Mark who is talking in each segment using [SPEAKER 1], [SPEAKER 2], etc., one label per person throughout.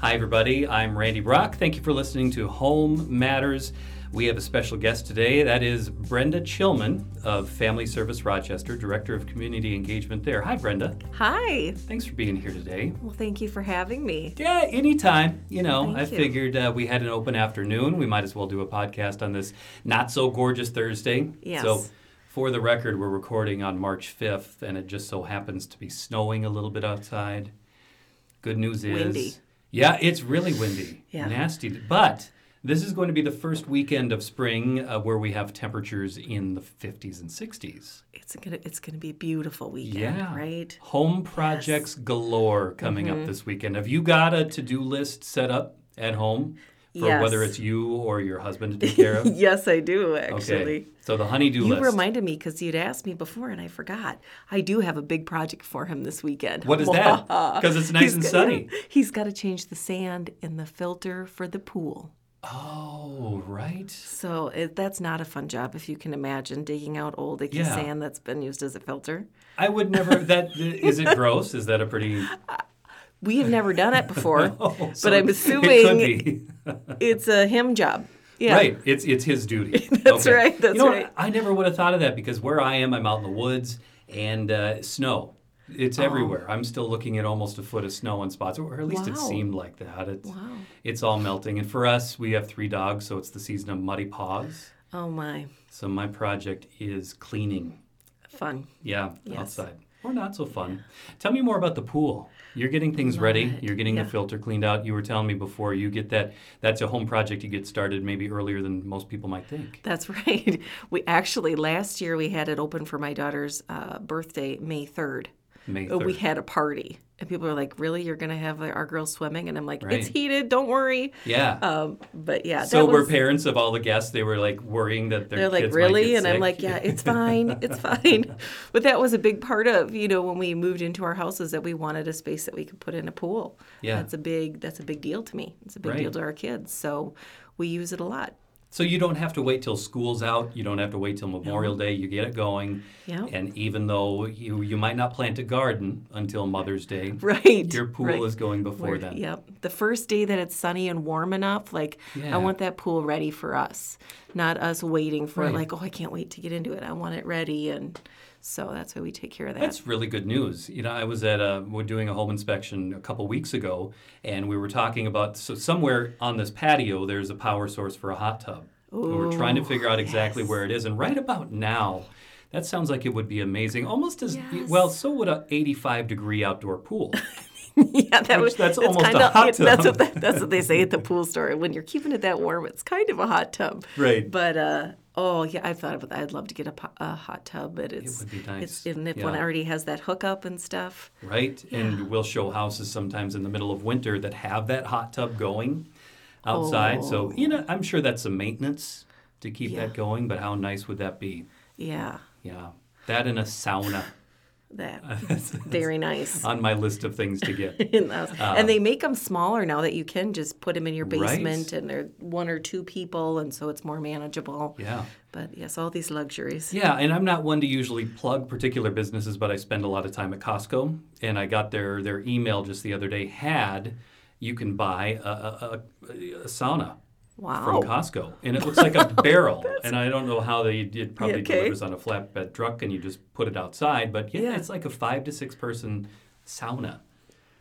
[SPEAKER 1] Hi, everybody. I'm Randy Brock. Thank you for listening to Home Matters. We have a special guest today. That is Brenda Chillman of Family Service Rochester, Director of Community Engagement there. Hi, Brenda.
[SPEAKER 2] Hi.
[SPEAKER 1] Thanks for being here today.
[SPEAKER 2] Well, thank you for having me.
[SPEAKER 1] Yeah, anytime. You know,
[SPEAKER 2] Thank
[SPEAKER 1] I
[SPEAKER 2] you.
[SPEAKER 1] figured uh, we had an open afternoon. We might as well do a podcast on this not so gorgeous Thursday.
[SPEAKER 2] Yes.
[SPEAKER 1] So, for the record, we're recording on March 5th, and it just so happens to be snowing a little bit outside. Good news is.
[SPEAKER 2] Windy.
[SPEAKER 1] Yeah, it's really windy.
[SPEAKER 2] Yeah.
[SPEAKER 1] Nasty. But this is going to be the first weekend of spring uh, where we have temperatures in the 50s and 60s.
[SPEAKER 2] It's gonna it's gonna be a beautiful weekend,
[SPEAKER 1] Yeah.
[SPEAKER 2] right? Mm-hmm.
[SPEAKER 1] Home projects galore coming up this weekend. Have you got a to do list set up at home for
[SPEAKER 2] Yes.
[SPEAKER 1] whether it's you or your husband to take care of?
[SPEAKER 2] yes, I do
[SPEAKER 1] Oh. Okay. So the honeydew
[SPEAKER 2] You
[SPEAKER 1] list.
[SPEAKER 2] reminded me because you'd asked me before and I forgot. I do have a big project for him this weekend.
[SPEAKER 1] What is that? 'Cause it's nice
[SPEAKER 2] He's
[SPEAKER 1] and
[SPEAKER 2] got-
[SPEAKER 1] sunny.
[SPEAKER 2] He's got to change the sand in the filter for the pool.
[SPEAKER 1] oh, right.
[SPEAKER 2] So it, that's not a fun job if you can imagine digging out old icky
[SPEAKER 1] Yeah.
[SPEAKER 2] sand that's been used as a filter.
[SPEAKER 1] I would never. That is it. Gross? Is that a pretty?
[SPEAKER 2] We have never done it before,
[SPEAKER 1] Oh, so
[SPEAKER 2] but I'm
[SPEAKER 1] it-
[SPEAKER 2] assuming
[SPEAKER 1] it could be.
[SPEAKER 2] it's a him job. Yeah.
[SPEAKER 1] Right. It's it's his duty.
[SPEAKER 2] That's right, that's
[SPEAKER 1] you know
[SPEAKER 2] right.
[SPEAKER 1] What? I never would have thought of that because where I am, I'm out in the woods and uh, snow.
[SPEAKER 2] Oh.
[SPEAKER 1] It's everywhere. I'm still looking at almost a foot of snow in spots, or at least it
[SPEAKER 2] Wow.
[SPEAKER 1] seemed like that. It's,
[SPEAKER 2] Wow.
[SPEAKER 1] it's all melting. And for us, we have three dogs, so it's the season of muddy paws.
[SPEAKER 2] Oh my,
[SPEAKER 1] So my project is cleaning.
[SPEAKER 2] fun.
[SPEAKER 1] Yeah,
[SPEAKER 2] Yes.
[SPEAKER 1] outside. Or not so fun. Tell me more about the pool. You're getting things ready.
[SPEAKER 2] it.
[SPEAKER 1] You're getting
[SPEAKER 2] Yeah.
[SPEAKER 1] the filter cleaned out. You were telling me before you get that. That's a home project you get started maybe earlier than most people might think.
[SPEAKER 2] That's right. We actually last year we had it open for my daughter's uh, birthday, May third.
[SPEAKER 1] May
[SPEAKER 2] Uh,
[SPEAKER 1] 3rd.
[SPEAKER 2] We had a party, and people are like, "Really, you're gonna have like, our girls swimming?" And I'm like, "It's
[SPEAKER 1] Right.
[SPEAKER 2] heated. Don't worry."
[SPEAKER 1] yeah.
[SPEAKER 2] Um, but yeah,
[SPEAKER 1] so
[SPEAKER 2] that
[SPEAKER 1] were
[SPEAKER 2] was-
[SPEAKER 1] parents of all the guests. They were like worrying that their
[SPEAKER 2] They're like,
[SPEAKER 1] kids might
[SPEAKER 2] really?
[SPEAKER 1] get
[SPEAKER 2] And I'm
[SPEAKER 1] sick.
[SPEAKER 2] like, yeah, it's fine. It's fine. But that was a big part of, you know, when we moved into our houses that we wanted a space that we could put in a pool.
[SPEAKER 1] Yeah.
[SPEAKER 2] That's a big, that's a big deal to me. It's a big deal
[SPEAKER 1] Right.
[SPEAKER 2] to our kids. So we use it a lot.
[SPEAKER 1] So you don't have to wait till school's out. You don't have to wait till Memorial Day. You get it going.
[SPEAKER 2] Yeah.
[SPEAKER 1] And even though you you might not plant a garden until Mother's Day,
[SPEAKER 2] Right.
[SPEAKER 1] your pool
[SPEAKER 2] right.
[SPEAKER 1] is going before
[SPEAKER 2] Where-
[SPEAKER 1] then.
[SPEAKER 2] Yep. The first day that it's sunny and warm enough, like
[SPEAKER 1] Yeah.
[SPEAKER 2] I want that pool ready for us, not us waiting for
[SPEAKER 1] Right.
[SPEAKER 2] it, like, oh, I can't wait to get into it. I want it ready. And so that's why we take care of that.
[SPEAKER 1] That's really good news. You know, I was at a we're doing a home inspection a couple weeks ago, and we were talking about so somewhere on this patio there's a power source for a hot tub. And we're trying to figure out exactly where it is, and right about now, that sounds like it would be amazing. Almost as
[SPEAKER 2] Yes.
[SPEAKER 1] well, so would a 85 degree outdoor pool.
[SPEAKER 2] yeah, that
[SPEAKER 1] Which
[SPEAKER 2] was
[SPEAKER 1] that's almost a
[SPEAKER 2] kinda-
[SPEAKER 1] hot
[SPEAKER 2] it- That's
[SPEAKER 1] tub.
[SPEAKER 2] what, they- that's what they say at the pool store. When you're keeping it that warm, it's kind of a hot tub.
[SPEAKER 1] Right.
[SPEAKER 2] But uh, oh yeah, I've thought about that. I'd love to get a, po- a hot tub, but it's
[SPEAKER 1] would be nice.
[SPEAKER 2] It's, and if one
[SPEAKER 1] Yeah.
[SPEAKER 2] already has that hookup and stuff,
[SPEAKER 1] right? And we'll show houses sometimes in the middle of winter that have that hot tub going outside. So, you know, I'm sure that's some maintenance to keep
[SPEAKER 2] Oh. Yeah.
[SPEAKER 1] that going, but how nice would that be?
[SPEAKER 2] yeah,
[SPEAKER 1] Yeah. That and a sauna
[SPEAKER 2] that very nice.
[SPEAKER 1] on my list of things to get.
[SPEAKER 2] In the house. and they make them smaller now that you can just put them in your
[SPEAKER 1] Uh-huh. Right.
[SPEAKER 2] basement, and they're one or two people, and so it's more manageable.
[SPEAKER 1] Yeah.
[SPEAKER 2] But yes, all these luxuries.
[SPEAKER 1] Yeah, and I'm not one to usually plug particular businesses, but I spend a lot of time at Costco, and I got their their email just the other day had you can buy a, a, a, a sauna
[SPEAKER 2] Wow.
[SPEAKER 1] from Costco, and it looks like a barrel. And I don't know how they it probably
[SPEAKER 2] okay?
[SPEAKER 1] delivers on a flatbed truck, and you just put it outside. But yeah, it's like a five to six person sauna.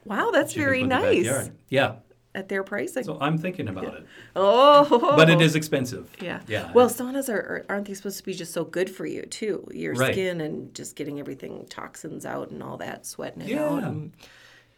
[SPEAKER 2] Wow, that's
[SPEAKER 1] you can
[SPEAKER 2] very
[SPEAKER 1] put in the
[SPEAKER 2] nice
[SPEAKER 1] backyard. Yeah,
[SPEAKER 2] at their pricing.
[SPEAKER 1] so I'm thinking about it,
[SPEAKER 2] oh,
[SPEAKER 1] but it is expensive.
[SPEAKER 2] Yeah.
[SPEAKER 1] yeah.
[SPEAKER 2] Well, saunas are- are aren't they supposed to be just so good for you too? Your
[SPEAKER 1] Right.
[SPEAKER 2] skin and just getting everything toxins out and all that, sweating it out.
[SPEAKER 1] Yeah.
[SPEAKER 2] And,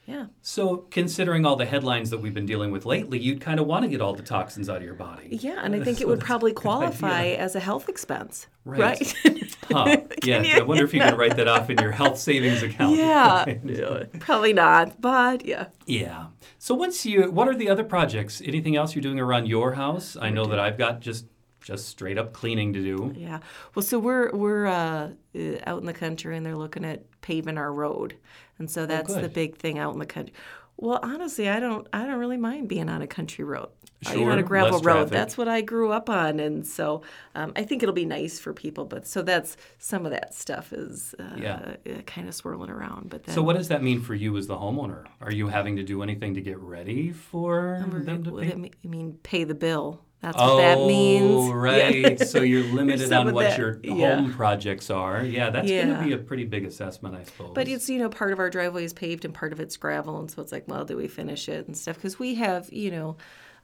[SPEAKER 2] yeah.
[SPEAKER 1] So considering all the headlines that we've been dealing with lately, you'd kind of want to get all the toxins out of your body.
[SPEAKER 2] Yeah, and I think it would probably qualify as a health expense.
[SPEAKER 1] Right.
[SPEAKER 2] Right.
[SPEAKER 1] Huh. Yeah. I wonder if you can write that off in your health savings account.
[SPEAKER 2] yeah. Yeah, Probably not, but yeah.
[SPEAKER 1] Yeah. So once you, what are the other projects? Anything else you're doing around your house? I know that I've got just just straight up cleaning to do.
[SPEAKER 2] Yeah. Well, so we're we're uh, uh, out in the country and they're looking at paving our road, and so that's the
[SPEAKER 1] Oh, good.
[SPEAKER 2] big thing out in the country. Well, honestly, I don't I don't really mind being on a country road. Uh,
[SPEAKER 1] Sure,
[SPEAKER 2] you're on a gravel
[SPEAKER 1] less
[SPEAKER 2] road.
[SPEAKER 1] traffic.
[SPEAKER 2] That's what I grew up on, and so um, I think it'll be nice for people. But so that's some of that stuff is uh,
[SPEAKER 1] Yeah.
[SPEAKER 2] kind of swirling around. But then
[SPEAKER 1] So what does that mean for you as the homeowner? Are you having to do anything to get ready for them to
[SPEAKER 2] Well,
[SPEAKER 1] pay?
[SPEAKER 2] that me- you mean pay the bill? That's
[SPEAKER 1] oh,
[SPEAKER 2] what that means. Yeah.
[SPEAKER 1] right. so you're limited
[SPEAKER 2] some
[SPEAKER 1] on
[SPEAKER 2] of
[SPEAKER 1] what
[SPEAKER 2] that.
[SPEAKER 1] your
[SPEAKER 2] Yeah.
[SPEAKER 1] home projects are. Yeah, that's going
[SPEAKER 2] Yeah.
[SPEAKER 1] to be a pretty big assessment, I suppose.
[SPEAKER 2] But it's you know part of our driveway is paved and part of it's gravel, and so it's like, well, do we finish it and stuff? Because we have you know.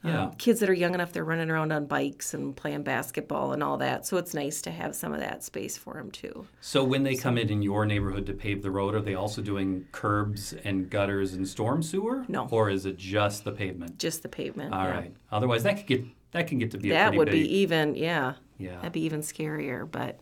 [SPEAKER 2] um,
[SPEAKER 1] Yeah.
[SPEAKER 2] kids that are young enough, they're running around on bikes and playing basketball and all that. So it's nice to have some of that space for them too.
[SPEAKER 1] so when they come in in your neighborhood to pave the road, are they also doing curbs and gutters and storm sewer?
[SPEAKER 2] No.
[SPEAKER 1] Or is it just the pavement?
[SPEAKER 2] Just the pavement.
[SPEAKER 1] All
[SPEAKER 2] yeah.
[SPEAKER 1] right. Otherwise, that could get that can get to be a
[SPEAKER 2] That
[SPEAKER 1] pretty
[SPEAKER 2] would
[SPEAKER 1] big,
[SPEAKER 2] be e- even, yeah.
[SPEAKER 1] Yeah.
[SPEAKER 2] That'd be even scarier, but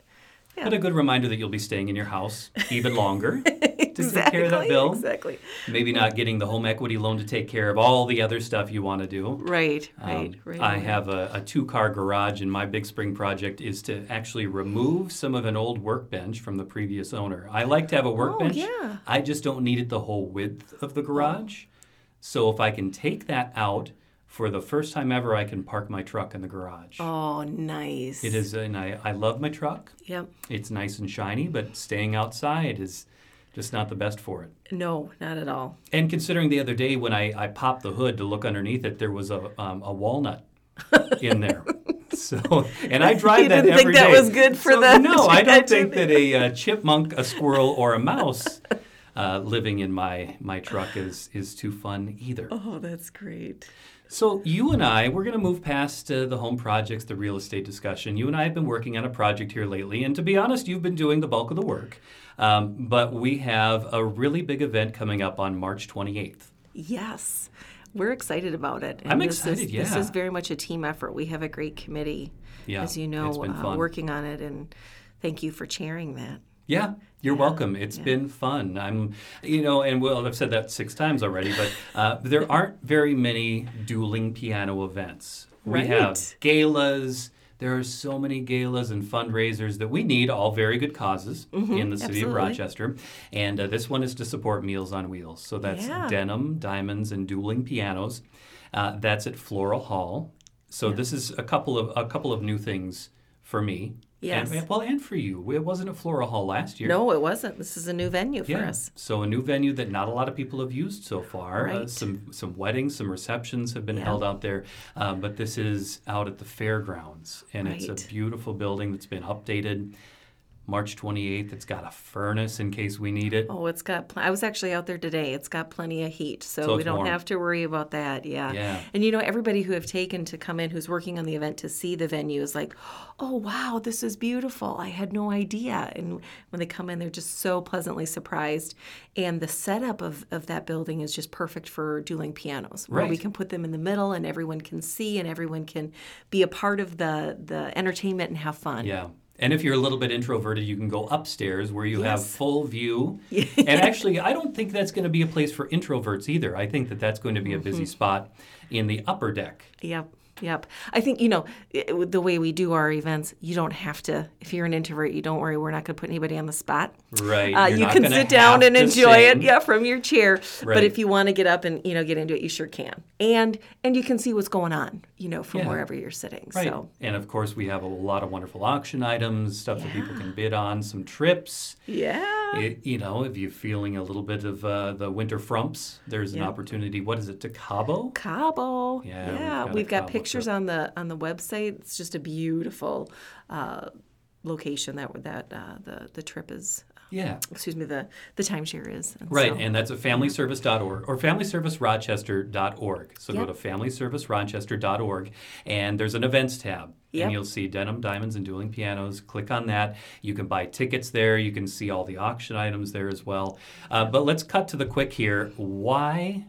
[SPEAKER 2] yeah.
[SPEAKER 1] But a good reminder that you'll be staying in your house even longer to take care of that bill.
[SPEAKER 2] Exactly.
[SPEAKER 1] Maybe not getting the home equity loan to take care of all the other stuff you want to do.
[SPEAKER 2] Right, right,
[SPEAKER 1] Um,
[SPEAKER 2] right.
[SPEAKER 1] I
[SPEAKER 2] right.
[SPEAKER 1] have a, a two car garage, and my Big Spring project is to actually remove some of an old workbench from the previous owner. I like to have a workbench,
[SPEAKER 2] Oh, yeah. Oh.
[SPEAKER 1] I just don't need it the whole width of the garage. So if I can take that out, for the first time ever, I can park my truck in the garage.
[SPEAKER 2] Oh, nice.
[SPEAKER 1] It is, and I, I love my truck.
[SPEAKER 2] Yep.
[SPEAKER 1] It's nice and shiny, but staying outside is just not the best for it.
[SPEAKER 2] No, not at all.
[SPEAKER 1] And considering the other day when I, I popped the hood to look underneath it, there was a, um, a walnut in there. So, and I drive
[SPEAKER 2] You
[SPEAKER 1] that
[SPEAKER 2] didn't think
[SPEAKER 1] every day.
[SPEAKER 2] that was good for
[SPEAKER 1] So,
[SPEAKER 2] the-
[SPEAKER 1] No, I don't think that a uh, chipmunk, a squirrel, or a mouse uh, living in my my truck is is too fun either.
[SPEAKER 2] Oh, that's great.
[SPEAKER 1] So you and I, we're going to move past uh, the home projects, the real estate discussion. You and I have been working on a project here lately, and to be honest, you've been doing the bulk of the work. Um, but we have a really big event coming up on March 28th.
[SPEAKER 2] Yes. We're excited about it.
[SPEAKER 1] I'm
[SPEAKER 2] this
[SPEAKER 1] excited,
[SPEAKER 2] Is, This
[SPEAKER 1] yeah.
[SPEAKER 2] is very much a team effort. We have a great committee,
[SPEAKER 1] Yeah,
[SPEAKER 2] as you know,
[SPEAKER 1] it's been
[SPEAKER 2] uh,
[SPEAKER 1] fun.
[SPEAKER 2] working on it, and thank you for chairing that.
[SPEAKER 1] Yeah, you're welcome. It's been fun. I'm, you know, and well, I've said that six times already, but uh, there aren't very many dueling piano events. We have
[SPEAKER 2] Right.
[SPEAKER 1] galas. There are so many galas and fundraisers that we need, all very good causes in the city of
[SPEAKER 2] Mm-hmm. absolutely.
[SPEAKER 1] Rochester. And uh, this one is to support Meals on Wheels. So that's
[SPEAKER 2] Yeah.
[SPEAKER 1] denim, diamonds, and dueling pianos. Uh, that's at Floral Hall. So this is a couple of a couple of new things for me.
[SPEAKER 2] Yes.
[SPEAKER 1] And, well, and for you. It wasn't at Floral Hall last year.
[SPEAKER 2] No, it wasn't. This is a new venue for
[SPEAKER 1] Yeah.
[SPEAKER 2] us.
[SPEAKER 1] So a new venue that not a lot of people have used so far. Uh,
[SPEAKER 2] Right.
[SPEAKER 1] some some weddings, some receptions have been
[SPEAKER 2] Yeah.
[SPEAKER 1] held out there, uh, but this is out at the fairgrounds, and it's a
[SPEAKER 2] Right.
[SPEAKER 1] beautiful building that's been updated. March 28th. It's got a furnace in case we need it.
[SPEAKER 2] Oh, it's got. Pl- I was actually out there today. It's got plenty of heat, so,
[SPEAKER 1] So
[SPEAKER 2] we
[SPEAKER 1] it's
[SPEAKER 2] don't
[SPEAKER 1] warm.
[SPEAKER 2] have to worry about that. Yeah.
[SPEAKER 1] Yeah.
[SPEAKER 2] And you know, everybody who have taken to come in, who's working on the event to see the venue, is like, "Oh, wow, this is beautiful. I had no idea." And when they come in, they're just so pleasantly surprised. And the setup of of that building is just perfect for dueling pianos, where we
[SPEAKER 1] Right.
[SPEAKER 2] can put them in the middle, and everyone can see, and everyone can be a part of the the entertainment and have fun.
[SPEAKER 1] Yeah. And if you're a little bit introverted, you can go upstairs where you have
[SPEAKER 2] Yes.
[SPEAKER 1] full view. and actually, I don't think that's going to be a place for introverts either. I think that that's going to be a
[SPEAKER 2] Mm-hmm.
[SPEAKER 1] busy spot in the upper deck.
[SPEAKER 2] Yep. Yep. I think, you know, i- with the way we do our events, you don't have to, if you're an introvert, you don't worry, we're not going to put anybody on the spot.
[SPEAKER 1] Right.
[SPEAKER 2] Uh,
[SPEAKER 1] You're
[SPEAKER 2] you
[SPEAKER 1] not
[SPEAKER 2] can
[SPEAKER 1] gonna
[SPEAKER 2] sit down
[SPEAKER 1] have
[SPEAKER 2] and
[SPEAKER 1] to
[SPEAKER 2] enjoy it,
[SPEAKER 1] sing.
[SPEAKER 2] yeah, from your chair.
[SPEAKER 1] Right.
[SPEAKER 2] But if you want to get up and you know get into it, you sure can. And and you can see what's going on, you know, from
[SPEAKER 1] Yeah.
[SPEAKER 2] wherever you're sitting.
[SPEAKER 1] Right.
[SPEAKER 2] So
[SPEAKER 1] And of course, we have a lot of wonderful auction items, stuff that people can bid on, some trips.
[SPEAKER 2] yeah,
[SPEAKER 1] It- you know, if you're feeling a little bit of uh, the winter frumps, there's an
[SPEAKER 2] Yeah.
[SPEAKER 1] opportunity. What is it to Cabo?
[SPEAKER 2] Cabo.
[SPEAKER 1] Yeah, we've got a
[SPEAKER 2] we've got,
[SPEAKER 1] Cabo
[SPEAKER 2] pictures on the on the website. It's just a beautiful uh, location that that uh, the the trip is.
[SPEAKER 1] Yeah.
[SPEAKER 2] Excuse me, the the timeshare is. And
[SPEAKER 1] Right,
[SPEAKER 2] so-
[SPEAKER 1] and that's at familyservice.org or familyservicerochester.org. So
[SPEAKER 2] Yep.
[SPEAKER 1] go to familyservicerochester.org and there's an events tab.
[SPEAKER 2] Yep.
[SPEAKER 1] And you'll see Denim Diamonds and Dueling Pianos. Click on that. You can buy tickets there. You can see all the auction items there as well. Uh, but let's cut to the quick here. Why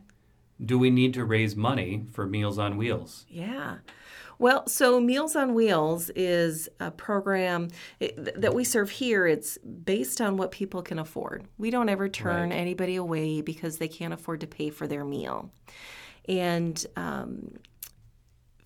[SPEAKER 1] do we need to raise money for Meals on Wheels?
[SPEAKER 2] Yeah. Well, so Meals on Wheels is a program eh, th- that we serve here. It's based on what people can afford. We don't ever turn anybody away because they can't afford to pay for their meal. And um,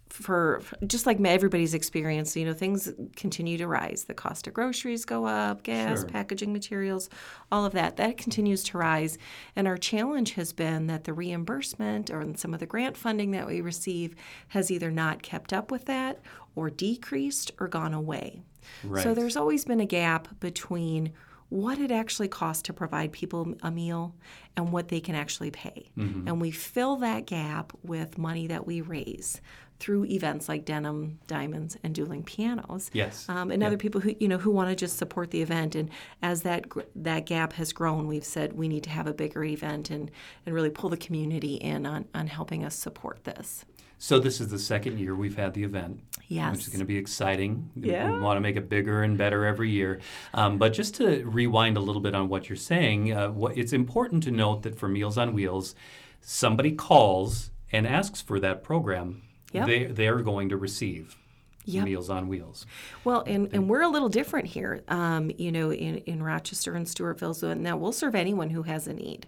[SPEAKER 2] for just like everybody's experience, you know, things continue to rise. The cost of groceries go up, gas,
[SPEAKER 1] Sure.
[SPEAKER 2] packaging materials, all of that. That continues to rise. And our challenge has been that the reimbursement or some of the grant funding that we receive has either not kept up with that or decreased or gone away. So
[SPEAKER 1] Right.
[SPEAKER 2] there's always been a gap between what it actually costs to provide people a meal and what they can actually pay.
[SPEAKER 1] Mm-hmm.
[SPEAKER 2] And we fill that gap with money that we raise through events like Denim Diamonds and Dueling Pianos.
[SPEAKER 1] Yes.
[SPEAKER 2] Um, and other people who you know who want to just support the event, and as that gr- that gap has grown, we've said we need to have a bigger event and and really pull the community in on on helping us support this.
[SPEAKER 1] So this is the second year we've had the event.
[SPEAKER 2] Yes.
[SPEAKER 1] Which is going to be exciting.
[SPEAKER 2] Yeah.
[SPEAKER 1] We want to make it bigger and better every year. Um, but just to rewind a little bit on what you're saying, uh, what, it's important to note that for Meals on Wheels, somebody calls and asks for that program.
[SPEAKER 2] Yep.
[SPEAKER 1] They, they're going to receive
[SPEAKER 2] Yep.
[SPEAKER 1] Meals on Wheels.
[SPEAKER 2] Well, and, and we're a little different here, um, you know, in, in Rochester and Stuartville. So now we'll serve anyone who has a need.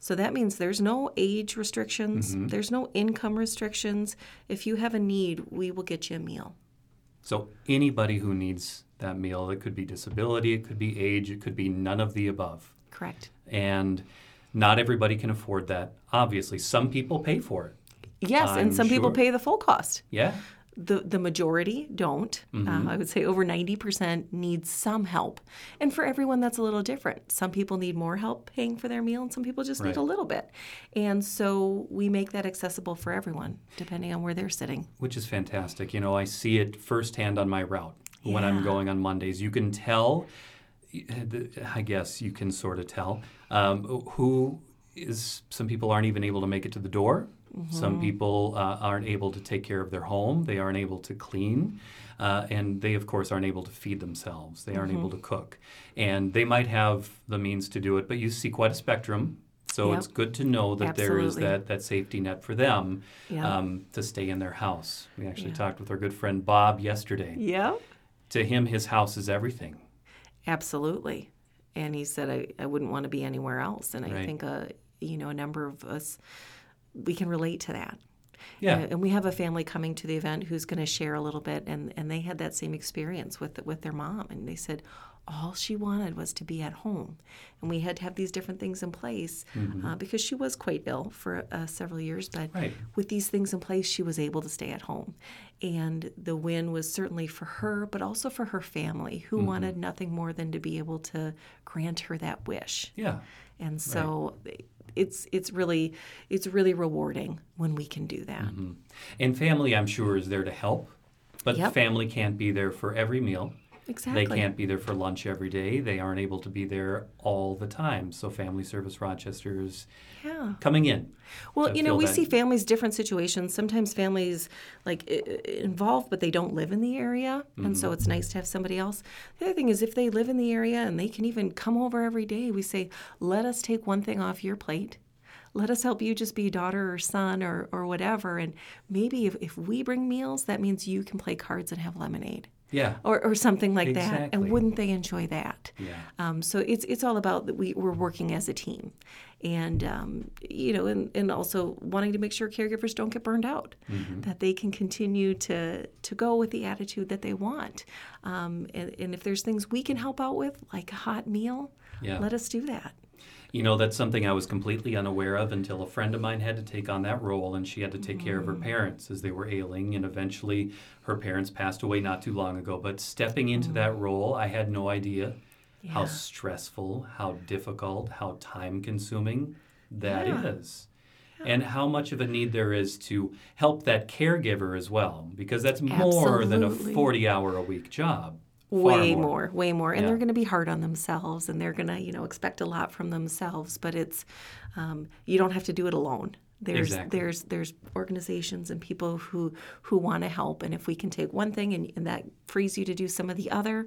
[SPEAKER 2] So that means there's no age restrictions, there's no income restrictions. If you have a need, we will get you a meal.
[SPEAKER 1] So anybody who needs that meal, it could be disability, it could be age, it could be none of the above.
[SPEAKER 2] Correct.
[SPEAKER 1] And not everybody can afford that. Obviously, some people pay for it.
[SPEAKER 2] Yes, and
[SPEAKER 1] I'm
[SPEAKER 2] some people
[SPEAKER 1] sure.
[SPEAKER 2] pay the full cost.
[SPEAKER 1] Yeah.
[SPEAKER 2] the the majority don't. Uh, I would say over ninety percent need some help, and for everyone that's a little different. Some people need more help paying for their meal, and some people just need
[SPEAKER 1] Right.
[SPEAKER 2] a little bit. And so we make that accessible for everyone, depending on where they're sitting.
[SPEAKER 1] which is fantastic. You know, I see it firsthand on my route when I'm
[SPEAKER 2] Yeah.
[SPEAKER 1] going on Mondays. You can tell, I guess you can sort of tell um, who is. Some people aren't even able to make it to the door.
[SPEAKER 2] Mm-hmm.
[SPEAKER 1] Some people uh, aren't able to take care of their home. They aren't able to clean. Uh, and they, of course, aren't able to feed themselves. They
[SPEAKER 2] Mm-hmm.
[SPEAKER 1] aren't able to cook. And they might have the means to do it, but you see quite a spectrum. So
[SPEAKER 2] Yep.
[SPEAKER 1] it's good to know that there is
[SPEAKER 2] Absolutely.
[SPEAKER 1] that that safety net for them
[SPEAKER 2] Yeah.
[SPEAKER 1] um, to stay in their house. We actually talked with our good friend Bob yesterday.
[SPEAKER 2] Yeah,
[SPEAKER 1] To him, his house is everything.
[SPEAKER 2] absolutely. And he said, "I, I wouldn't want to be anywhere else." And I
[SPEAKER 1] Right.
[SPEAKER 2] think a you know a number of us we can relate to that.
[SPEAKER 1] Yeah,
[SPEAKER 2] Uh, and we have a family coming to the event who's going to share a little bit, and, and they had that same experience with with their mom, and they said all she wanted was to be at home, and we had to have these different things in place
[SPEAKER 1] Mm-hmm.
[SPEAKER 2] uh, because she was quite ill for uh, several years, but
[SPEAKER 1] Right.
[SPEAKER 2] with these things in place, she was able to stay at home, and the win was certainly for her, but also for her family
[SPEAKER 1] Mm-hmm.
[SPEAKER 2] who wanted nothing more than to be able to grant her that wish,
[SPEAKER 1] yeah,
[SPEAKER 2] and so. It's it's really it's really rewarding when we can do that.
[SPEAKER 1] Mm-hmm. and family, I'm sure, is there to help, but
[SPEAKER 2] Yep.
[SPEAKER 1] family can't be there for every meal.
[SPEAKER 2] Exactly.
[SPEAKER 1] They can't be there for lunch every day. They aren't able to be there all the time. So Family Service Rochester is
[SPEAKER 2] Yeah.
[SPEAKER 1] coming in.
[SPEAKER 2] Well,
[SPEAKER 1] to
[SPEAKER 2] you know,
[SPEAKER 1] fill
[SPEAKER 2] we
[SPEAKER 1] that-
[SPEAKER 2] see families different situations. Sometimes families like i- i- involved, but they don't live in the area, and
[SPEAKER 1] Mm-hmm.
[SPEAKER 2] so it's nice to have somebody else. The other thing is, if they live in the area and they can even come over every day, we say, let us take one thing off your plate. Let us help you just be daughter or son or, or whatever. And maybe if, if we bring meals, that means you can play cards and have lemonade
[SPEAKER 1] Yeah,
[SPEAKER 2] or, or something like that. And
[SPEAKER 1] Exactly.
[SPEAKER 2] wouldn't they enjoy that?
[SPEAKER 1] yeah.
[SPEAKER 2] Um, so it's it's all about that we we're working as a team, and um, you know, and, and also wanting to make sure caregivers don't get burned out, that they can continue to to go with the attitude that they want, um, and, and if there's things we can help out with, like a hot meal,
[SPEAKER 1] Yeah.
[SPEAKER 2] let us do that.
[SPEAKER 1] You know, that's something I was completely unaware of until a friend of mine had to take on that role, and she had to take care of her
[SPEAKER 2] Mm.
[SPEAKER 1] parents as they were ailing. And eventually, her parents passed away not too long ago. But stepping into that
[SPEAKER 2] Mm.
[SPEAKER 1] role, I had no idea how stressful, how difficult, how time consuming that is,
[SPEAKER 2] Yeah.
[SPEAKER 1] And how much of a need there is to help that caregiver as well, because that's more than a
[SPEAKER 2] Absolutely.
[SPEAKER 1] 40 hour a week job. Far
[SPEAKER 2] way more. way more and
[SPEAKER 1] Yeah.
[SPEAKER 2] they're going to be hard on themselves and they're going to you know expect a lot from themselves but it's um, you don't have to do it alone there's
[SPEAKER 1] Exactly.
[SPEAKER 2] there's there's organizations and people who who want to help and if we can take one thing and, and that frees you to do some of the other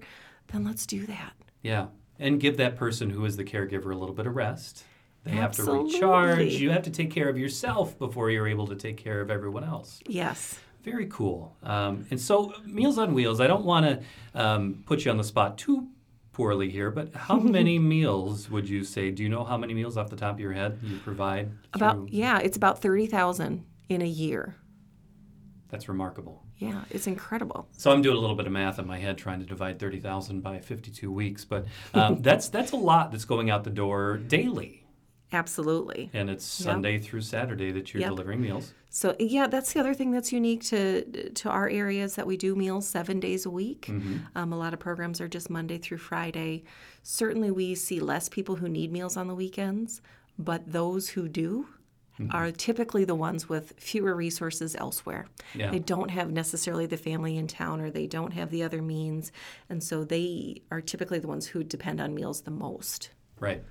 [SPEAKER 2] then let's do that
[SPEAKER 1] Yeah. And give that person who is the caregiver a little bit of rest. They have to
[SPEAKER 2] Absolutely.
[SPEAKER 1] recharge. You have to take care of yourself before you're able to take care of everyone else.
[SPEAKER 2] yes
[SPEAKER 1] Very cool. Um, and so, Meals on Wheels, I don't want to um, put you on the spot too poorly here, but how many meals would you say? Do you know how many meals off the top of your head you provide?
[SPEAKER 2] about
[SPEAKER 1] through-
[SPEAKER 2] yeah it's about 30000 in a year
[SPEAKER 1] That's remarkable.
[SPEAKER 2] Yeah, it's incredible.
[SPEAKER 1] So I'm doing a little bit of math in my head, trying to divide thirty thousand by fifty-two weeks, but um, that's that's a lot that's going out the door daily,
[SPEAKER 2] Absolutely.
[SPEAKER 1] and it's Sunday through Saturday that you're
[SPEAKER 2] Yep.
[SPEAKER 1] delivering meals.
[SPEAKER 2] So yeah, that's the other thing that's unique to to our area is that we do meals seven days a week.
[SPEAKER 1] Mm-hmm.
[SPEAKER 2] Um, a lot of programs are just Monday through Friday. Certainly, we see less people who need meals on the weekends, but those who do
[SPEAKER 1] Mm-hmm.
[SPEAKER 2] are typically the ones with fewer resources elsewhere.
[SPEAKER 1] Yeah.
[SPEAKER 2] They don't have necessarily the family in town, or they don't have the other means, and so they are typically the ones who depend on meals the most.
[SPEAKER 1] Right.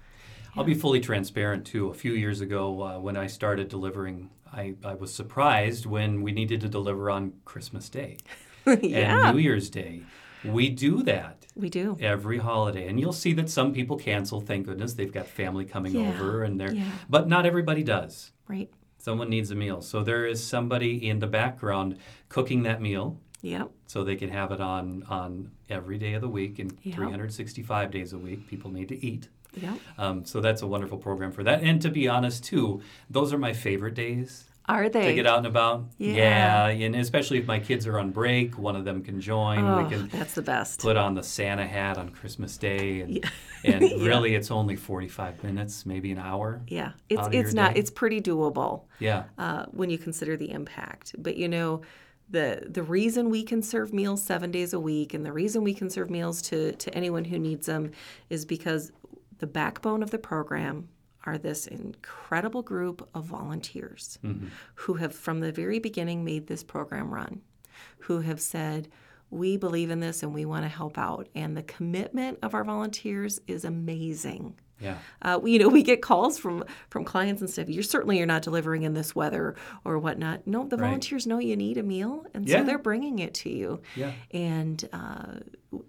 [SPEAKER 1] I'll be fully transparent too. A few years ago, uh, when I started delivering, I, I was surprised when we needed to deliver on Christmas Day
[SPEAKER 2] yeah,
[SPEAKER 1] and New Year's Day. We do that
[SPEAKER 2] we do.
[SPEAKER 1] every holiday, and you'll see that some people cancel. Thank goodness they've got family coming
[SPEAKER 2] Yeah,
[SPEAKER 1] over, and they're
[SPEAKER 2] yeah.
[SPEAKER 1] but not everybody does.
[SPEAKER 2] Right.
[SPEAKER 1] Someone needs a meal, so there is somebody in the background cooking that meal,
[SPEAKER 2] Yep.
[SPEAKER 1] so they can have it on on every day of the week and
[SPEAKER 2] Yeah.
[SPEAKER 1] 365 days a week. People need to eat.
[SPEAKER 2] Yep.
[SPEAKER 1] Um, so that's a wonderful program for that. And to be honest, too, those are my favorite days
[SPEAKER 2] Are they?
[SPEAKER 1] to get out and about.
[SPEAKER 2] Yeah.
[SPEAKER 1] and especially if my kids are on break, one of them can join.
[SPEAKER 2] Oh,
[SPEAKER 1] We can
[SPEAKER 2] that's the best.
[SPEAKER 1] put on the Santa hat on Christmas Day, and, and really, it's only forty-five minutes, maybe an hour.
[SPEAKER 2] Yeah, it's
[SPEAKER 1] out of
[SPEAKER 2] it's
[SPEAKER 1] your
[SPEAKER 2] not
[SPEAKER 1] day.
[SPEAKER 2] it's pretty doable
[SPEAKER 1] Yeah,
[SPEAKER 2] uh, when you consider the impact. But you know, the the reason we can serve meals seven days a week, and the reason we can serve meals to to anyone who needs them, is because the backbone of the program are this incredible group of volunteers
[SPEAKER 1] Mm-hmm.
[SPEAKER 2] who have from the very beginning made this program run, who have said. We believe in this and we want to help out. And the commitment of our volunteers is amazing.
[SPEAKER 1] yeah,
[SPEAKER 2] Uh, we- you know, we get calls from from clients and stuff. You're certainly you're not delivering in this weather or whatnot. No, the
[SPEAKER 1] Right.
[SPEAKER 2] volunteers know you need a meal, and so
[SPEAKER 1] Yeah.
[SPEAKER 2] they're bringing it to you.
[SPEAKER 1] yeah.
[SPEAKER 2] And uh,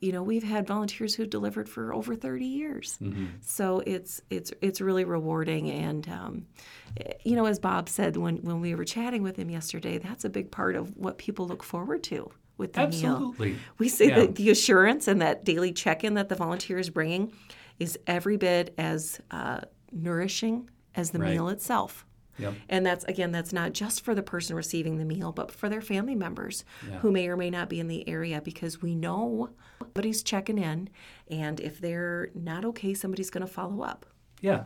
[SPEAKER 2] you know, we've had volunteers who delivered for over 30 years.
[SPEAKER 1] Mm-hmm.
[SPEAKER 2] So it's it's it's really rewarding. And um, eh, you know, as Bob said when when we were chatting with him yesterday, that's a big part of what people look forward to with the meal.
[SPEAKER 1] Absolutely.
[SPEAKER 2] We say
[SPEAKER 1] Yeah.
[SPEAKER 2] that the assurance and that daily check in that the volunteer is bringing is every bit as uh, nourishing as the
[SPEAKER 1] Right.
[SPEAKER 2] meal itself.
[SPEAKER 1] Yep.
[SPEAKER 2] And that's, again, that's not just for the person receiving the meal, but for their family members who may or may not be in the area because we know somebody's checking in. And if they're not okay, somebody's going to follow up.
[SPEAKER 1] Yeah.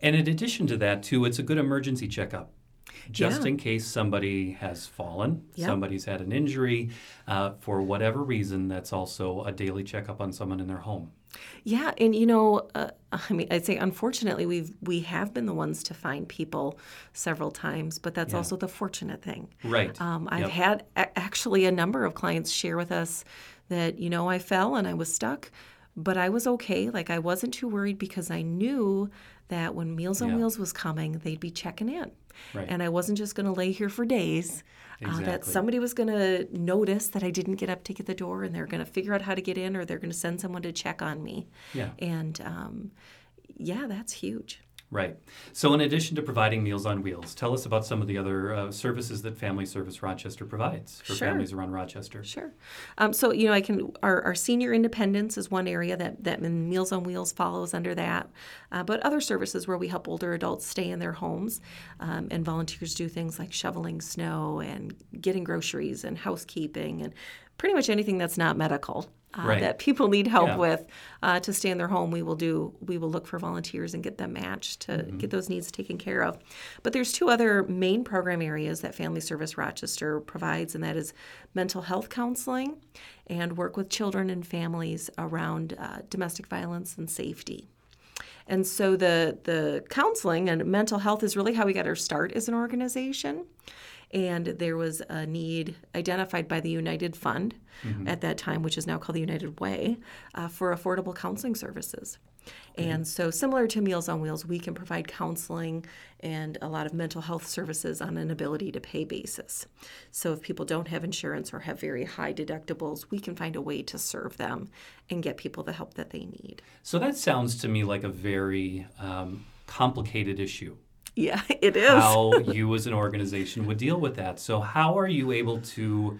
[SPEAKER 1] And in addition to that, too, it's a good emergency checkup. Just
[SPEAKER 2] Yeah.
[SPEAKER 1] in case somebody has fallen,
[SPEAKER 2] Yeah.
[SPEAKER 1] somebody's had an injury, uh, for whatever reason, that's also a daily checkup on someone in their home.
[SPEAKER 2] Yeah, and you know, uh, I mean, I'd say unfortunately we've we have been the ones to find people several times, but that's also the fortunate thing.
[SPEAKER 1] Right.
[SPEAKER 2] Um, I've
[SPEAKER 1] Yep.
[SPEAKER 2] had a- actually a number of clients share with us that you know I fell and I was stuck, but I was okay. Like I wasn't too worried because I knew that when Meals on
[SPEAKER 1] Yeah.
[SPEAKER 2] Wheels was coming, they'd be checking in,
[SPEAKER 1] Right.
[SPEAKER 2] and I wasn't just going to lay here for days. Uh, that
[SPEAKER 1] Exactly.
[SPEAKER 2] somebody was going to notice that I didn't get up to get the door, and they're going to figure out how to get in, or they're going to send someone to check on me.
[SPEAKER 1] Yeah.
[SPEAKER 2] And um, yeah, that's huge.
[SPEAKER 1] Right. So, in addition to providing Meals on Wheels, tell us about some of the other uh, services that Family Service Rochester provides for
[SPEAKER 2] Sure.
[SPEAKER 1] families around Rochester.
[SPEAKER 2] Sure. Um, so you know, I can our, our senior independence is one area that that Meals on Wheels follows under that, uh, but other services where we help older adults stay in their homes, um, and volunteers do things like shoveling snow and getting groceries and housekeeping and pretty much anything that's not medical. Uh,
[SPEAKER 1] Right.
[SPEAKER 2] That people need help
[SPEAKER 1] Yeah.
[SPEAKER 2] with uh, to stay in their home, we will do. We will look for volunteers and get them matched to
[SPEAKER 1] Mm-hmm.
[SPEAKER 2] get those needs taken care of. But there's two other main program areas that Family Service Rochester provides, and that is mental health counseling and work with children and families around uh, domestic violence and safety. And so the the counseling and mental health is really how we got our start as an organization. And there was a need identified by the United Fund at that time, which is now called the United Way, uh, for affordable counseling services. And so, similar to Meals on Wheels, we can provide counseling and a lot of mental health services on an ability to pay basis. So, if people don't have insurance or have very high deductibles, we can find a way to serve them and get people the help that they need.
[SPEAKER 1] So, that sounds to me like a very um, complicated issue.
[SPEAKER 2] Yeah, it is.
[SPEAKER 1] how you as an organization would deal with that. So how are you able to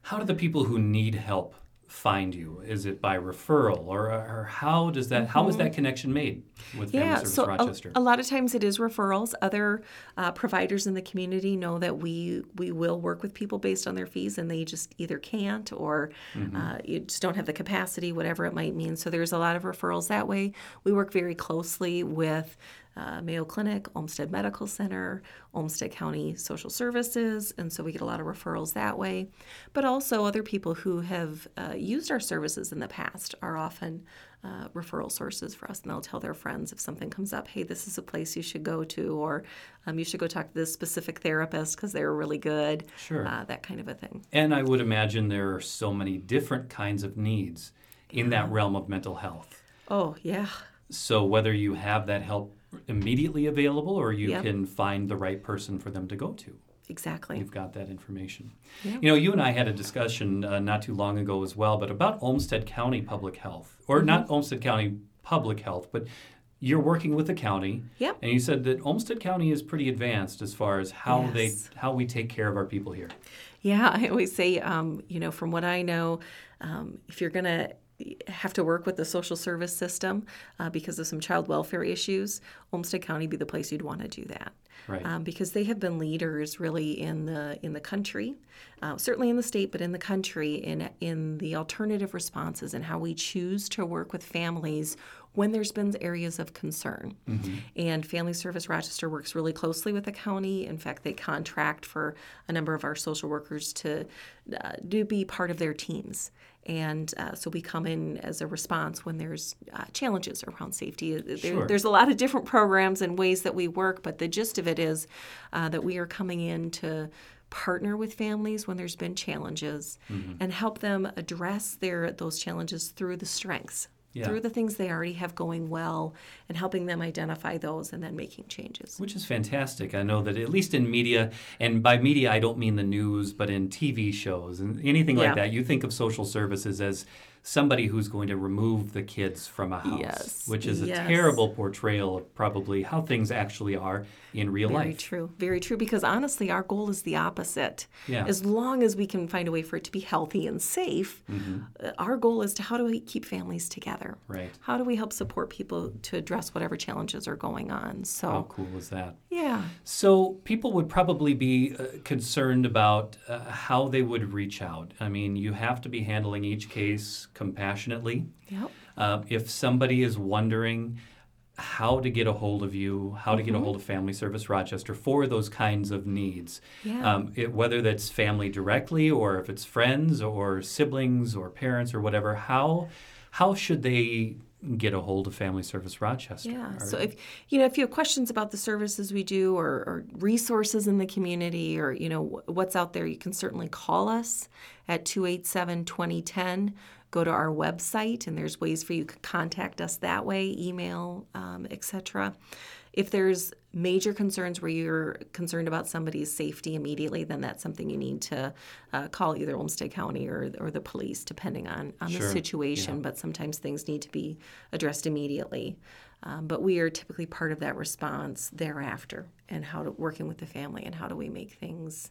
[SPEAKER 1] how do the people who need help find you? Is it by referral, or, or how does that? how is that connection made with Family
[SPEAKER 2] Mm-hmm. Yeah,
[SPEAKER 1] Service
[SPEAKER 2] so um, uh, a,
[SPEAKER 1] Rochester?
[SPEAKER 2] a lot of times it is referrals. Other uh, providers in the community know that we we will work with people based on their fees, and they just either can't or
[SPEAKER 1] Mm-hmm.
[SPEAKER 2] uh, you just don't have the capacity, whatever it might mean. So there's a lot of referrals that way. We work very closely with. Uh, Mayo Clinic, Olmsted Medical Center, Olmsted County Social Services, and so we get a lot of referrals that way. But also, other people who have uh, used our services in the past are often uh, referral sources for us, and they'll tell their friends if something comes up, hey, this is a place you should go to, or um, you should go talk to this specific therapist because they're really good,
[SPEAKER 1] Sure.
[SPEAKER 2] uh, that kind of a thing.
[SPEAKER 1] And I would imagine there are so many different kinds of needs in that realm of mental health.
[SPEAKER 2] Oh, yeah.
[SPEAKER 1] So whether you have that help immediately available or you
[SPEAKER 2] Yep.
[SPEAKER 1] can find the right person for them to go to.
[SPEAKER 2] Exactly.
[SPEAKER 1] You've got that information. You know, you and I had a discussion uh, not too long ago as well, but about Olmsted County Public Health, or
[SPEAKER 2] Mm-hmm.
[SPEAKER 1] not Olmsted County Public Health, but you're working with the county,
[SPEAKER 2] Yep.
[SPEAKER 1] and you said that Olmsted County is pretty advanced as far as how
[SPEAKER 2] Yes.
[SPEAKER 1] they how we take care of our people here.
[SPEAKER 2] Yeah, I always say, um, you know, from what I know, um, if you're going to have to work with the social service system uh, because of some child welfare issues, Olmsted County would be the place you'd want to do that.
[SPEAKER 1] Right.
[SPEAKER 2] Um, because they have been leaders really in the in the country, uh, certainly in the state, but in the country in in the alternative responses and how we choose to work with families when there's been areas of concern. And Family Service Rochester works really closely with the county. In fact, they contract for a number of our social workers to uh, do be part of their teams. And uh, so we come in as a response when there's uh, challenges around safety. There-
[SPEAKER 1] Sure.
[SPEAKER 2] There's a lot of different programs and ways that we work, but the gist of it is uh, that we are coming in to partner with families when there's been challenges
[SPEAKER 1] Mm-hmm.
[SPEAKER 2] and help them address their those challenges through the strengths
[SPEAKER 1] Yeah.
[SPEAKER 2] through the things they already have going well and helping them identify those and then making changes
[SPEAKER 1] Which is fantastic. I know that at least in media, and by media I don't mean the news, but in TV shows and anything like
[SPEAKER 2] Yeah.
[SPEAKER 1] that, you think of social services as somebody who's going to remove the kids from a house,
[SPEAKER 2] Yes.
[SPEAKER 1] which is a
[SPEAKER 2] Yes.
[SPEAKER 1] terrible portrayal of probably how things actually are in real
[SPEAKER 2] very
[SPEAKER 1] life.
[SPEAKER 2] true very true because honestly our goal is the opposite
[SPEAKER 1] Yeah.
[SPEAKER 2] as long as we can find a way for it to be healthy and safe uh, our goal is to how do we keep families together
[SPEAKER 1] Mm-hmm. Right.
[SPEAKER 2] how do we help support people to address whatever challenges are going on so
[SPEAKER 1] How cool is that?
[SPEAKER 2] yeah
[SPEAKER 1] So people would probably be uh, concerned about uh, how they would reach out. I mean, you have to be handling each case compassionately.
[SPEAKER 2] yep
[SPEAKER 1] Uh, if somebody is wondering how to get a hold of you, how to get a hold of Family Service Rochester for those kinds of needs,
[SPEAKER 2] Yeah.
[SPEAKER 1] um, it, whether that's family directly or if it's friends or siblings or parents or whatever, how how should they get a hold of Family Service Rochester?
[SPEAKER 2] Yeah.
[SPEAKER 1] Or-
[SPEAKER 2] So if you know if you have questions about the services we do or, or resources in the community or you know wh- what's out there, you can certainly call us at 287-2010. Go to our website and there's ways for you to contact us that way, email, um, etc. If there's major concerns where you're concerned about somebody's safety immediately, then that's something you need to uh, call either Olmsted County or, or the police, depending on, on the
[SPEAKER 1] Sure.
[SPEAKER 2] situation. But sometimes things need to be addressed immediately. Um, but we are typically part of that response thereafter and how to working with the family and how do we make things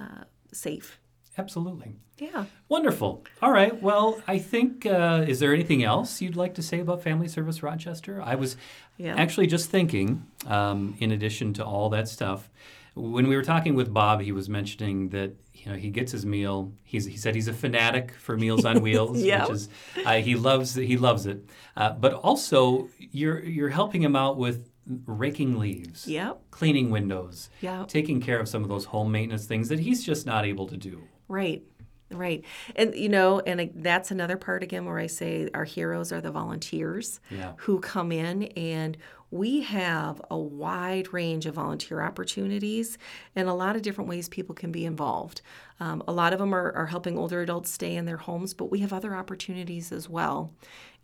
[SPEAKER 2] uh, safe.
[SPEAKER 1] absolutely.
[SPEAKER 2] Yeah.
[SPEAKER 1] Wonderful. All right. Well, I think uh, is there anything else you'd like to say about Family Service Rochester? I was
[SPEAKER 2] Yeah.
[SPEAKER 1] actually just thinking, um, in addition to all that stuff, when we were talking with Bob, he was mentioning that you know he gets his meal. He's, he said he's a fanatic for Meals on Wheels,
[SPEAKER 2] Yeah.
[SPEAKER 1] which is uh, he loves he loves it. Uh, but also, you're you're helping him out with raking leaves,
[SPEAKER 2] Yep.
[SPEAKER 1] cleaning windows,
[SPEAKER 2] Yeah.
[SPEAKER 1] taking care of some of those home maintenance things that he's just not able to do.
[SPEAKER 2] Right. Right. And, you know, and like, that's another part again where I say our heroes are the volunteers
[SPEAKER 1] Yeah.
[SPEAKER 2] who come in and we have a wide range of volunteer opportunities and a lot of different ways people can be involved. Um, a lot of them are, are helping older adults stay in their homes, but we have other opportunities as well.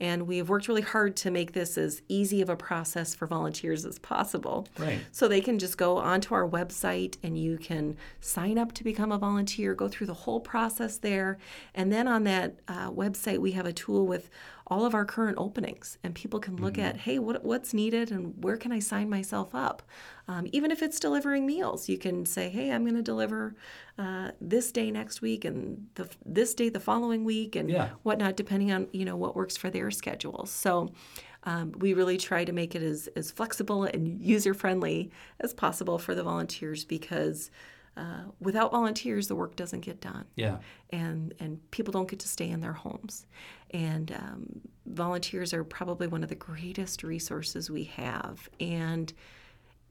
[SPEAKER 2] And we have worked really hard to make this as easy of a process for volunteers as possible.
[SPEAKER 1] Right.
[SPEAKER 2] So they can just go onto our website and you can sign up to become a volunteer, go through the whole process there. And then on that uh, website, we have a tool with all of our current openings, and people can look at, hey, what, what's needed and where can I sign myself up? Um, even if it's delivering meals, you can say, hey, I'm going to deliver uh, this day next week and the, this day the following week and
[SPEAKER 1] Yeah.
[SPEAKER 2] whatnot, depending on you know what works for their schedule. So. Um, we really try to make it as, as flexible and user friendly as possible for the volunteers because uh, without volunteers, the work doesn't get done
[SPEAKER 1] Yeah.
[SPEAKER 2] and and people don't get to stay in their homes. And um, volunteers are probably one of the greatest resources we have. And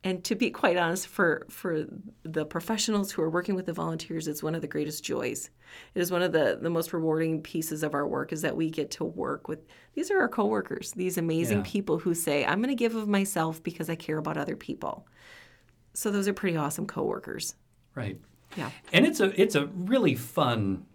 [SPEAKER 2] and to be quite honest, for for the professionals who are working with the volunteers, it's one of the greatest joys. It is one of the the most rewarding pieces of our work is that we get to work with these are our coworkers, these amazing
[SPEAKER 1] Yeah.
[SPEAKER 2] people who say, "I'm going to give of myself because I care about other people." So those are pretty awesome coworkers.
[SPEAKER 1] Right.
[SPEAKER 2] Yeah.
[SPEAKER 1] And it's a it's a really fun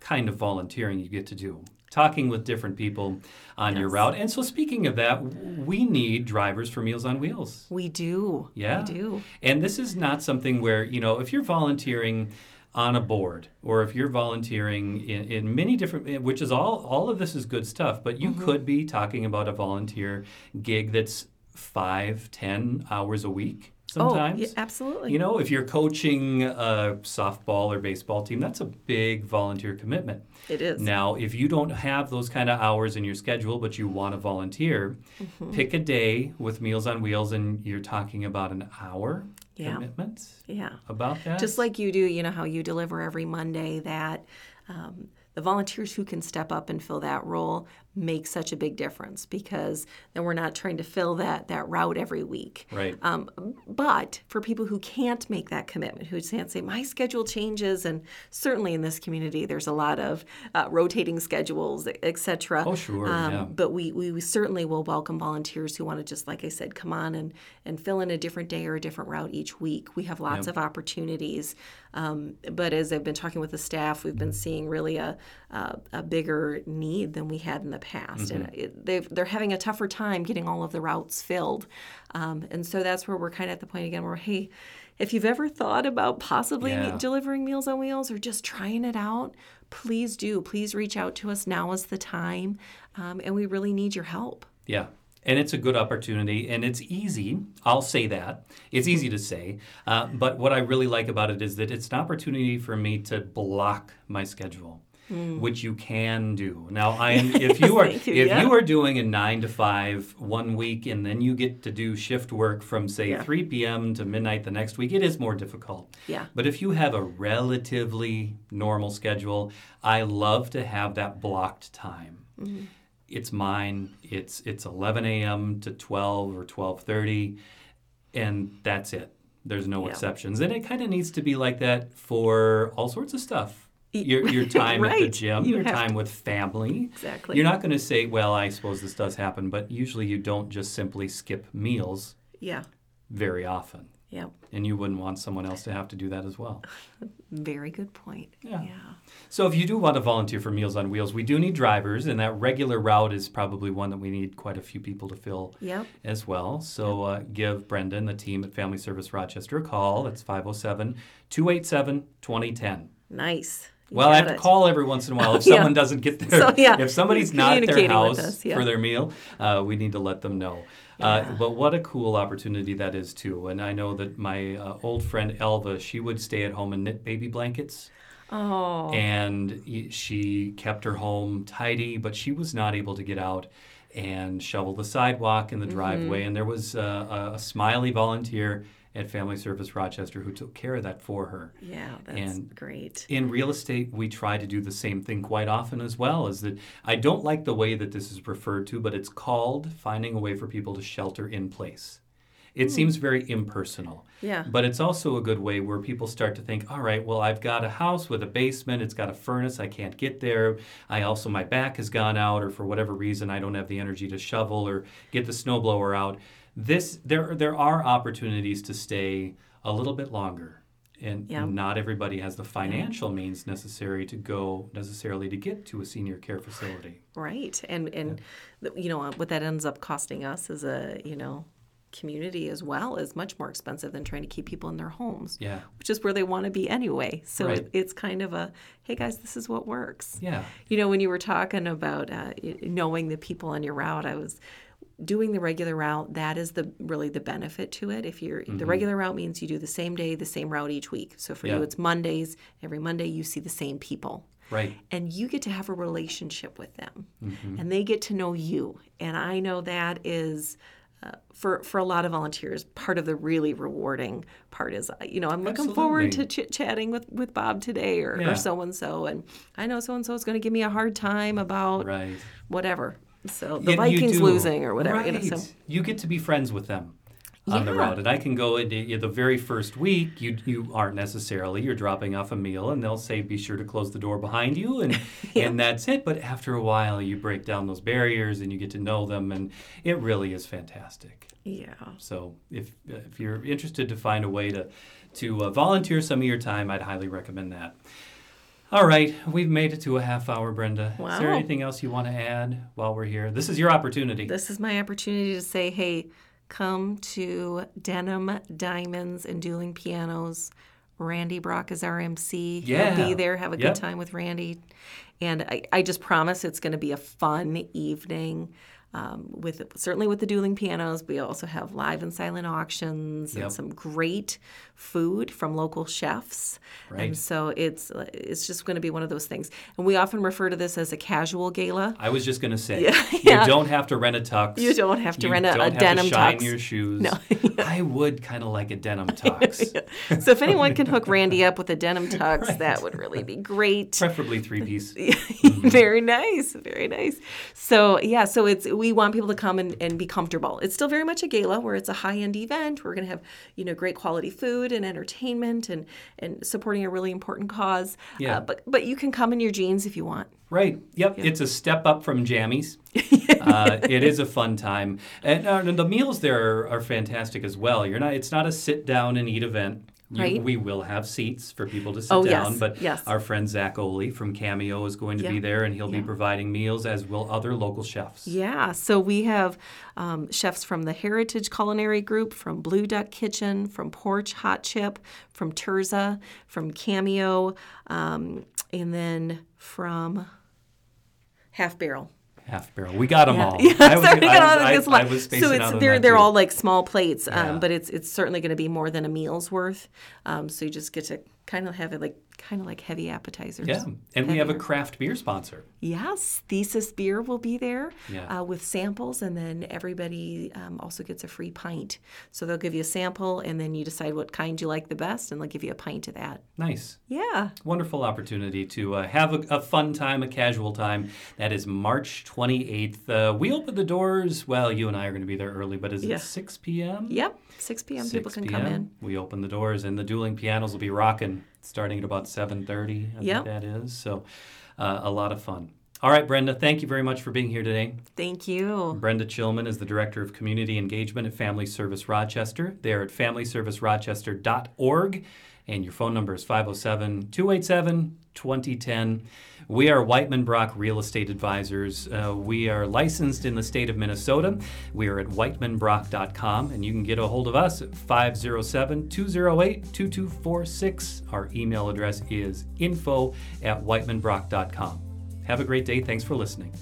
[SPEAKER 1] kind of volunteering you get to do. Talking with different people on your route. And so speaking of that, w- we need drivers for Meals on Wheels.
[SPEAKER 2] We do.
[SPEAKER 1] Yeah.
[SPEAKER 2] We do.
[SPEAKER 1] And this is not something where, you know, if you're volunteering on a board or if you're volunteering in, in many different eh, which is all all of this is good stuff but
[SPEAKER 2] Mm-hmm.
[SPEAKER 1] you could be talking about a volunteer gig that's five ten hours a week sometimes
[SPEAKER 2] Oh, yeah, absolutely.
[SPEAKER 1] you know if you're coaching a softball or baseball team that's a big volunteer commitment
[SPEAKER 2] It is.
[SPEAKER 1] now, if you don't have those kind of hours in your schedule, but you want to volunteer,
[SPEAKER 2] Mm-hmm.
[SPEAKER 1] pick a day with Meals on Wheels, and you're talking about an hour
[SPEAKER 2] Yeah.
[SPEAKER 1] commitment
[SPEAKER 2] Yeah.
[SPEAKER 1] about that.
[SPEAKER 2] Just like you do, you know how you deliver every Monday that um, the volunteers who can step up and fill that role make such a big difference because then we're not trying to fill that that route every week.
[SPEAKER 1] right,
[SPEAKER 2] Um, but for people who can't make that commitment, who can't say, my schedule changes, and certainly in this community, there's a lot of uh, rotating schedules, et cetera. um,
[SPEAKER 1] Oh, sure, yeah.
[SPEAKER 2] But we, we we certainly will welcome volunteers who want to just, like I said, come on and, and fill in a different day or a different route each week. We have lots of opportunities. Um, but as I've been talking with the staff, we've been seeing really a, a, a bigger need than we had in the past. And
[SPEAKER 1] Mm-hmm.
[SPEAKER 2] it, they've, they're having a tougher time getting all of the routes filled. Um, and so that's where we're kind of at the point again where, hey, if you've ever thought about possibly
[SPEAKER 1] Yeah.
[SPEAKER 2] delivering Meals on Wheels or just trying it out, please do. Please reach out to us. Now is the time. Um, and we really need your help.
[SPEAKER 1] yeah. And it's a good opportunity, and it's easy. I'll say that. It's easy to say. Uh, but what I really like about it is that it's an opportunity for me to block my schedule. Which you can do now. I am if you are
[SPEAKER 2] Hmm. Thank you,
[SPEAKER 1] if
[SPEAKER 2] yeah.
[SPEAKER 1] you are doing a nine to five one week and then you get to do shift work from say
[SPEAKER 2] Yeah.
[SPEAKER 1] 3 p.m. to midnight the next week, it is more difficult.
[SPEAKER 2] Yeah.
[SPEAKER 1] But if you have a relatively normal schedule, I love to have that blocked time. It's mine. It's it's 11 a.m. to 12 or 12:30, and that's it. There's no
[SPEAKER 2] Yeah.
[SPEAKER 1] exceptions, and it kind of needs to be like that for all sorts of stuff. Your, your time at the
[SPEAKER 2] right.
[SPEAKER 1] gym,
[SPEAKER 2] You
[SPEAKER 1] your
[SPEAKER 2] have
[SPEAKER 1] time with family.
[SPEAKER 2] Exactly.
[SPEAKER 1] You're not going to say, well, I suppose this does happen, but usually you don't just simply skip meals
[SPEAKER 2] Yeah.
[SPEAKER 1] very often.
[SPEAKER 2] Yeah.
[SPEAKER 1] And you wouldn't want someone else to have to do that as well.
[SPEAKER 2] Very good point.
[SPEAKER 1] Yeah.
[SPEAKER 2] yeah.
[SPEAKER 1] So if you do want to volunteer for Meals on Wheels, we do need drivers, and that regular route is probably one that we need quite a few people to fill
[SPEAKER 2] Yep.
[SPEAKER 1] as well. So uh, give Brendan, the team at Family Service Rochester, a call. That's 507 287 2010.
[SPEAKER 2] Nice. You
[SPEAKER 1] Well, I
[SPEAKER 2] got
[SPEAKER 1] have to
[SPEAKER 2] it.
[SPEAKER 1] call every once in a while if
[SPEAKER 2] Yeah.
[SPEAKER 1] someone doesn't get their.
[SPEAKER 2] So, yeah,
[SPEAKER 1] If somebody's
[SPEAKER 2] he's
[SPEAKER 1] not at their
[SPEAKER 2] communicating with
[SPEAKER 1] house
[SPEAKER 2] us, yeah.
[SPEAKER 1] for their meal, uh, we need to let them know. Uh, but what a cool opportunity that is too. And I know that my uh, old friend Elva, she would stay at home and knit baby blankets
[SPEAKER 2] Oh.
[SPEAKER 1] and y- she kept her home tidy, but she was not able to get out and shovel the sidewalk and the driveway. And there was uh, a, a smiley volunteer at Family Service Rochester who took care of that for her.
[SPEAKER 2] Yeah, that's
[SPEAKER 1] and-
[SPEAKER 2] great.
[SPEAKER 1] In real estate, we try to do the same thing quite often as well. Is that I don't like the way that this is referred to, but it's called finding a way for people to shelter in place. It seems very impersonal.
[SPEAKER 2] Hmm. Yeah.
[SPEAKER 1] But it's also a good way where people start to think, all right, well, I've got a house with a basement, it's got a furnace, I can't get there. I also, my back has gone out, or for whatever reason, I don't have the energy to shovel or get the snowblower out. This, there, there are opportunities to stay a little bit longer. And
[SPEAKER 2] Yeah.
[SPEAKER 1] not everybody has the financial means necessary to go necessarily to get to a senior care facility.
[SPEAKER 2] Right. And and th- you know what that ends up costing us is a, you know, community as well is much more expensive than trying to keep people in their homes,
[SPEAKER 1] Yeah.
[SPEAKER 2] which is where they want to be anyway. So
[SPEAKER 1] Right.
[SPEAKER 2] it, it's kind of a hey guys, this is what works.
[SPEAKER 1] Yeah.
[SPEAKER 2] You know, when you were talking about uh, y- knowing the people on your route, I was doing the regular route. That is the really the benefit to it. If you're the regular route means you do the same day, the same route each week. So for
[SPEAKER 1] Yeah.
[SPEAKER 2] you, it's Mondays. Every Monday, you see the same people
[SPEAKER 1] Right.
[SPEAKER 2] and you get to have a relationship with them
[SPEAKER 1] Mm-hmm.
[SPEAKER 2] and they get to know you and i know that is uh, for for a lot of volunteers part of the really rewarding part is uh, you know i'm looking forward to chit chatting with with bob today or
[SPEAKER 1] Yeah.
[SPEAKER 2] or so and so and i know so and so is going to give me a hard time about
[SPEAKER 1] Right.
[SPEAKER 2] whatever so the
[SPEAKER 1] And you
[SPEAKER 2] vikings
[SPEAKER 1] do.
[SPEAKER 2] losing or whatever you know,
[SPEAKER 1] Right.
[SPEAKER 2] so
[SPEAKER 1] You get to be friends with them on the
[SPEAKER 2] Yeah.
[SPEAKER 1] route, and I can go into you know, the very first week. You you aren't necessarily you're dropping off a meal, and they'll say be sure to close the door behind you, and and that's it. But after a while, you break down those barriers, and you get to know them, and it really is fantastic.
[SPEAKER 2] yeah
[SPEAKER 1] So if if you're interested to find a way to to uh, volunteer some of your time, I'd highly recommend that. All right, we've made it to a half hour, Brenda. Is there
[SPEAKER 2] Wow.
[SPEAKER 1] anything else you want to add while we're here? This is your opportunity.
[SPEAKER 2] this is my opportunity to say, hey, come to Denim Diamonds and Dueling Pianos. Randy Brock is our MC. He'll
[SPEAKER 1] Yeah.
[SPEAKER 2] be there. Have a
[SPEAKER 1] Yep.
[SPEAKER 2] good time with Randy. And I, I just promise it's going to be a fun evening. Um, with certainly with the dueling pianos, we also have live and silent auctions
[SPEAKER 1] Yep.
[SPEAKER 2] and some great food from local chefs.
[SPEAKER 1] Right.
[SPEAKER 2] And so it's it's just going to be one of those things. And we often refer to this as a casual gala.
[SPEAKER 1] I was just gonna say,
[SPEAKER 2] yeah.
[SPEAKER 1] you don't have to rent a tux.
[SPEAKER 2] You don't have to
[SPEAKER 1] You
[SPEAKER 2] rent a-
[SPEAKER 1] don't
[SPEAKER 2] a
[SPEAKER 1] have to
[SPEAKER 2] denim
[SPEAKER 1] shine
[SPEAKER 2] tux.
[SPEAKER 1] your shoes. No. I would kind of like a denim tux,
[SPEAKER 2] So if anyone can hook Randy up with a denim tux, that would really be great.
[SPEAKER 1] preferably three piece.
[SPEAKER 2] very nice, very nice. So yeah, so it's we want people to come and, and be comfortable. It's still very much a gala where it's a high end event. We're gonna have you know great quality food and entertainment and and supporting a really important cause. Uh,
[SPEAKER 1] Yeah.
[SPEAKER 2] but but you can come in your jeans if you want.
[SPEAKER 1] Right. Yep. It's a step up from jammies. uh, it is a fun time, and, uh, and the meals there are, are fantastic as well. You're not. It's not a sit down and eat event. You-
[SPEAKER 2] Right.
[SPEAKER 1] We will have seats for people to sit
[SPEAKER 2] Oh,
[SPEAKER 1] down,
[SPEAKER 2] yes,
[SPEAKER 1] but
[SPEAKER 2] yes.
[SPEAKER 1] our friend Zach Oley from Cameo is going to be
[SPEAKER 2] Yeah,
[SPEAKER 1] there, and he'll be
[SPEAKER 2] yeah.
[SPEAKER 1] providing meals as will other local chefs.
[SPEAKER 2] Yeah, so we have um, chefs from the Heritage Culinary Group, from Blue Duck Kitchen, from Porch Hot Chip, from Terza, from Cameo, um, and then from Half Barrel.
[SPEAKER 1] Half barrel. We got them all. Oh, I was,
[SPEAKER 2] Sorry, I got all
[SPEAKER 1] I,
[SPEAKER 2] that gets
[SPEAKER 1] I- I
[SPEAKER 2] lost.
[SPEAKER 1] was spacing
[SPEAKER 2] so it's
[SPEAKER 1] out on
[SPEAKER 2] they're
[SPEAKER 1] that
[SPEAKER 2] they're
[SPEAKER 1] too.
[SPEAKER 2] all like small plates,
[SPEAKER 1] Yeah.
[SPEAKER 2] um, but it's it's certainly going to be more than a meal's worth. Um, so you just get to kind of have it like kind of like heavy appetizers.
[SPEAKER 1] Yeah, and we have a
[SPEAKER 2] Heavier.
[SPEAKER 1] craft beer sponsor.
[SPEAKER 2] Yes, Thesis Beer will be there
[SPEAKER 1] Yeah.
[SPEAKER 2] uh, with samples, and then everybody um, also gets a free pint. So they'll give you a sample, and then you decide what kind you like the best, and they'll give you a pint of that.
[SPEAKER 1] Nice,
[SPEAKER 2] Yeah.
[SPEAKER 1] wonderful opportunity to uh, have a, a fun time, a casual time. That is March 28th. Uh, we open the doors. Well, you and I are going to be there early, but is
[SPEAKER 2] Yeah.
[SPEAKER 1] it 6 p.m.?
[SPEAKER 2] Yep. 6 p.m.
[SPEAKER 1] 6
[SPEAKER 2] people can
[SPEAKER 1] p.m.
[SPEAKER 2] come in.
[SPEAKER 1] We open the doors, and the dueling pianos will be rocking starting at about 7:30. I
[SPEAKER 2] Yep.
[SPEAKER 1] think that is so. Uh, a lot of fun. All right, Brenda. Thank you very much for being here today.
[SPEAKER 2] Thank you.
[SPEAKER 1] Brenda Chilman is the Director of Community Engagement at Family Service Rochester. They're at familyservicerochester.org, and your phone number is 507 287 2010. We are Whiteman Brock Real Estate Advisors. Uh, we are licensed in the state of Minnesota. We are at whitemanbrock.com, and you can get a hold of us at 507 208 2246. Our email address is info at whitemanbrock.com. Have a great day. Thanks for listening.